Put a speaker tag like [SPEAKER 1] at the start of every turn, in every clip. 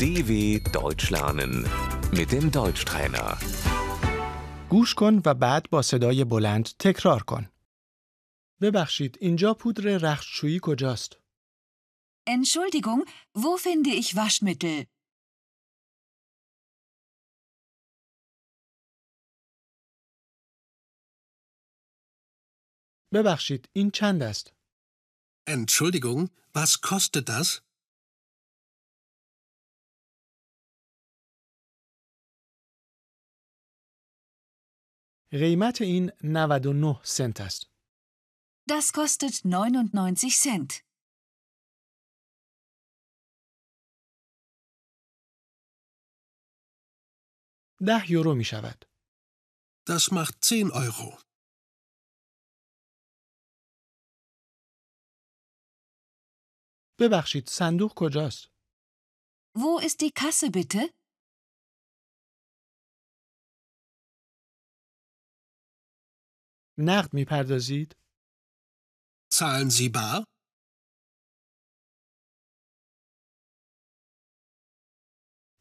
[SPEAKER 1] DW Deutsch lernen mit dem Deutschtrainer.
[SPEAKER 2] گوش کن و بعد با صدای بلند تکرار کن. ببخشید اینجا پودر رختشویی کجاست؟
[SPEAKER 3] Entschuldigung, wo finde ich Waschmittel?
[SPEAKER 2] ببخشید این چند است؟
[SPEAKER 4] Entschuldigung, was kostet das?
[SPEAKER 2] قیمت این 99 سنت است.
[SPEAKER 3] Das kostet 99 Cent.
[SPEAKER 2] ده یورو می شود.
[SPEAKER 4] Das macht 10 Euro.
[SPEAKER 2] ببخشید صندوق کجاست؟
[SPEAKER 3] Wo ist die Kasse bitte?
[SPEAKER 2] نقد می پردازید؟
[SPEAKER 4] Zahlen Sie bar?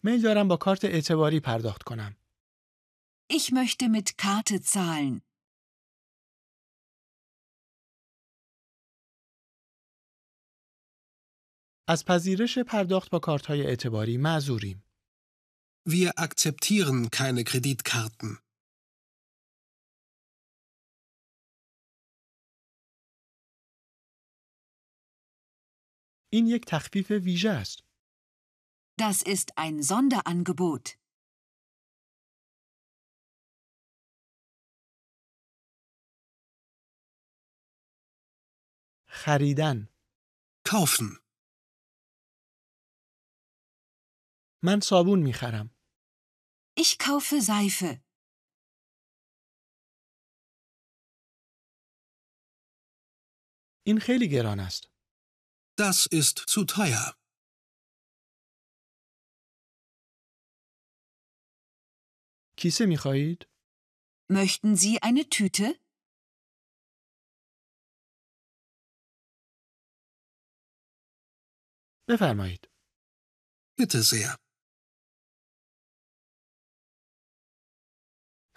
[SPEAKER 2] میل دارم با کارت اعتباری پرداخت کنم.
[SPEAKER 3] Ich möchte mit Karte zahlen.
[SPEAKER 2] از پذیرش پرداخت با کارت های اعتباری معذوریم.
[SPEAKER 4] Wir akzeptieren keine Kreditkarten.
[SPEAKER 2] این یک تخفیف ویژه است.
[SPEAKER 3] Das ist ein Sonderangebot.
[SPEAKER 2] خریدن.
[SPEAKER 4] Kaufen.
[SPEAKER 2] من صابون می خرم.
[SPEAKER 3] Ich kaufe Seife.
[SPEAKER 2] این خیلی گران است.
[SPEAKER 4] Das ist zu teuer.
[SPEAKER 2] کیسه می خواهید؟
[SPEAKER 3] Möchten Sie eine Tüte?
[SPEAKER 2] بفرمایید.
[SPEAKER 4] Bitte sehr.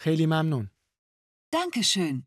[SPEAKER 2] خیلی ممنون.
[SPEAKER 3] Dankeschön.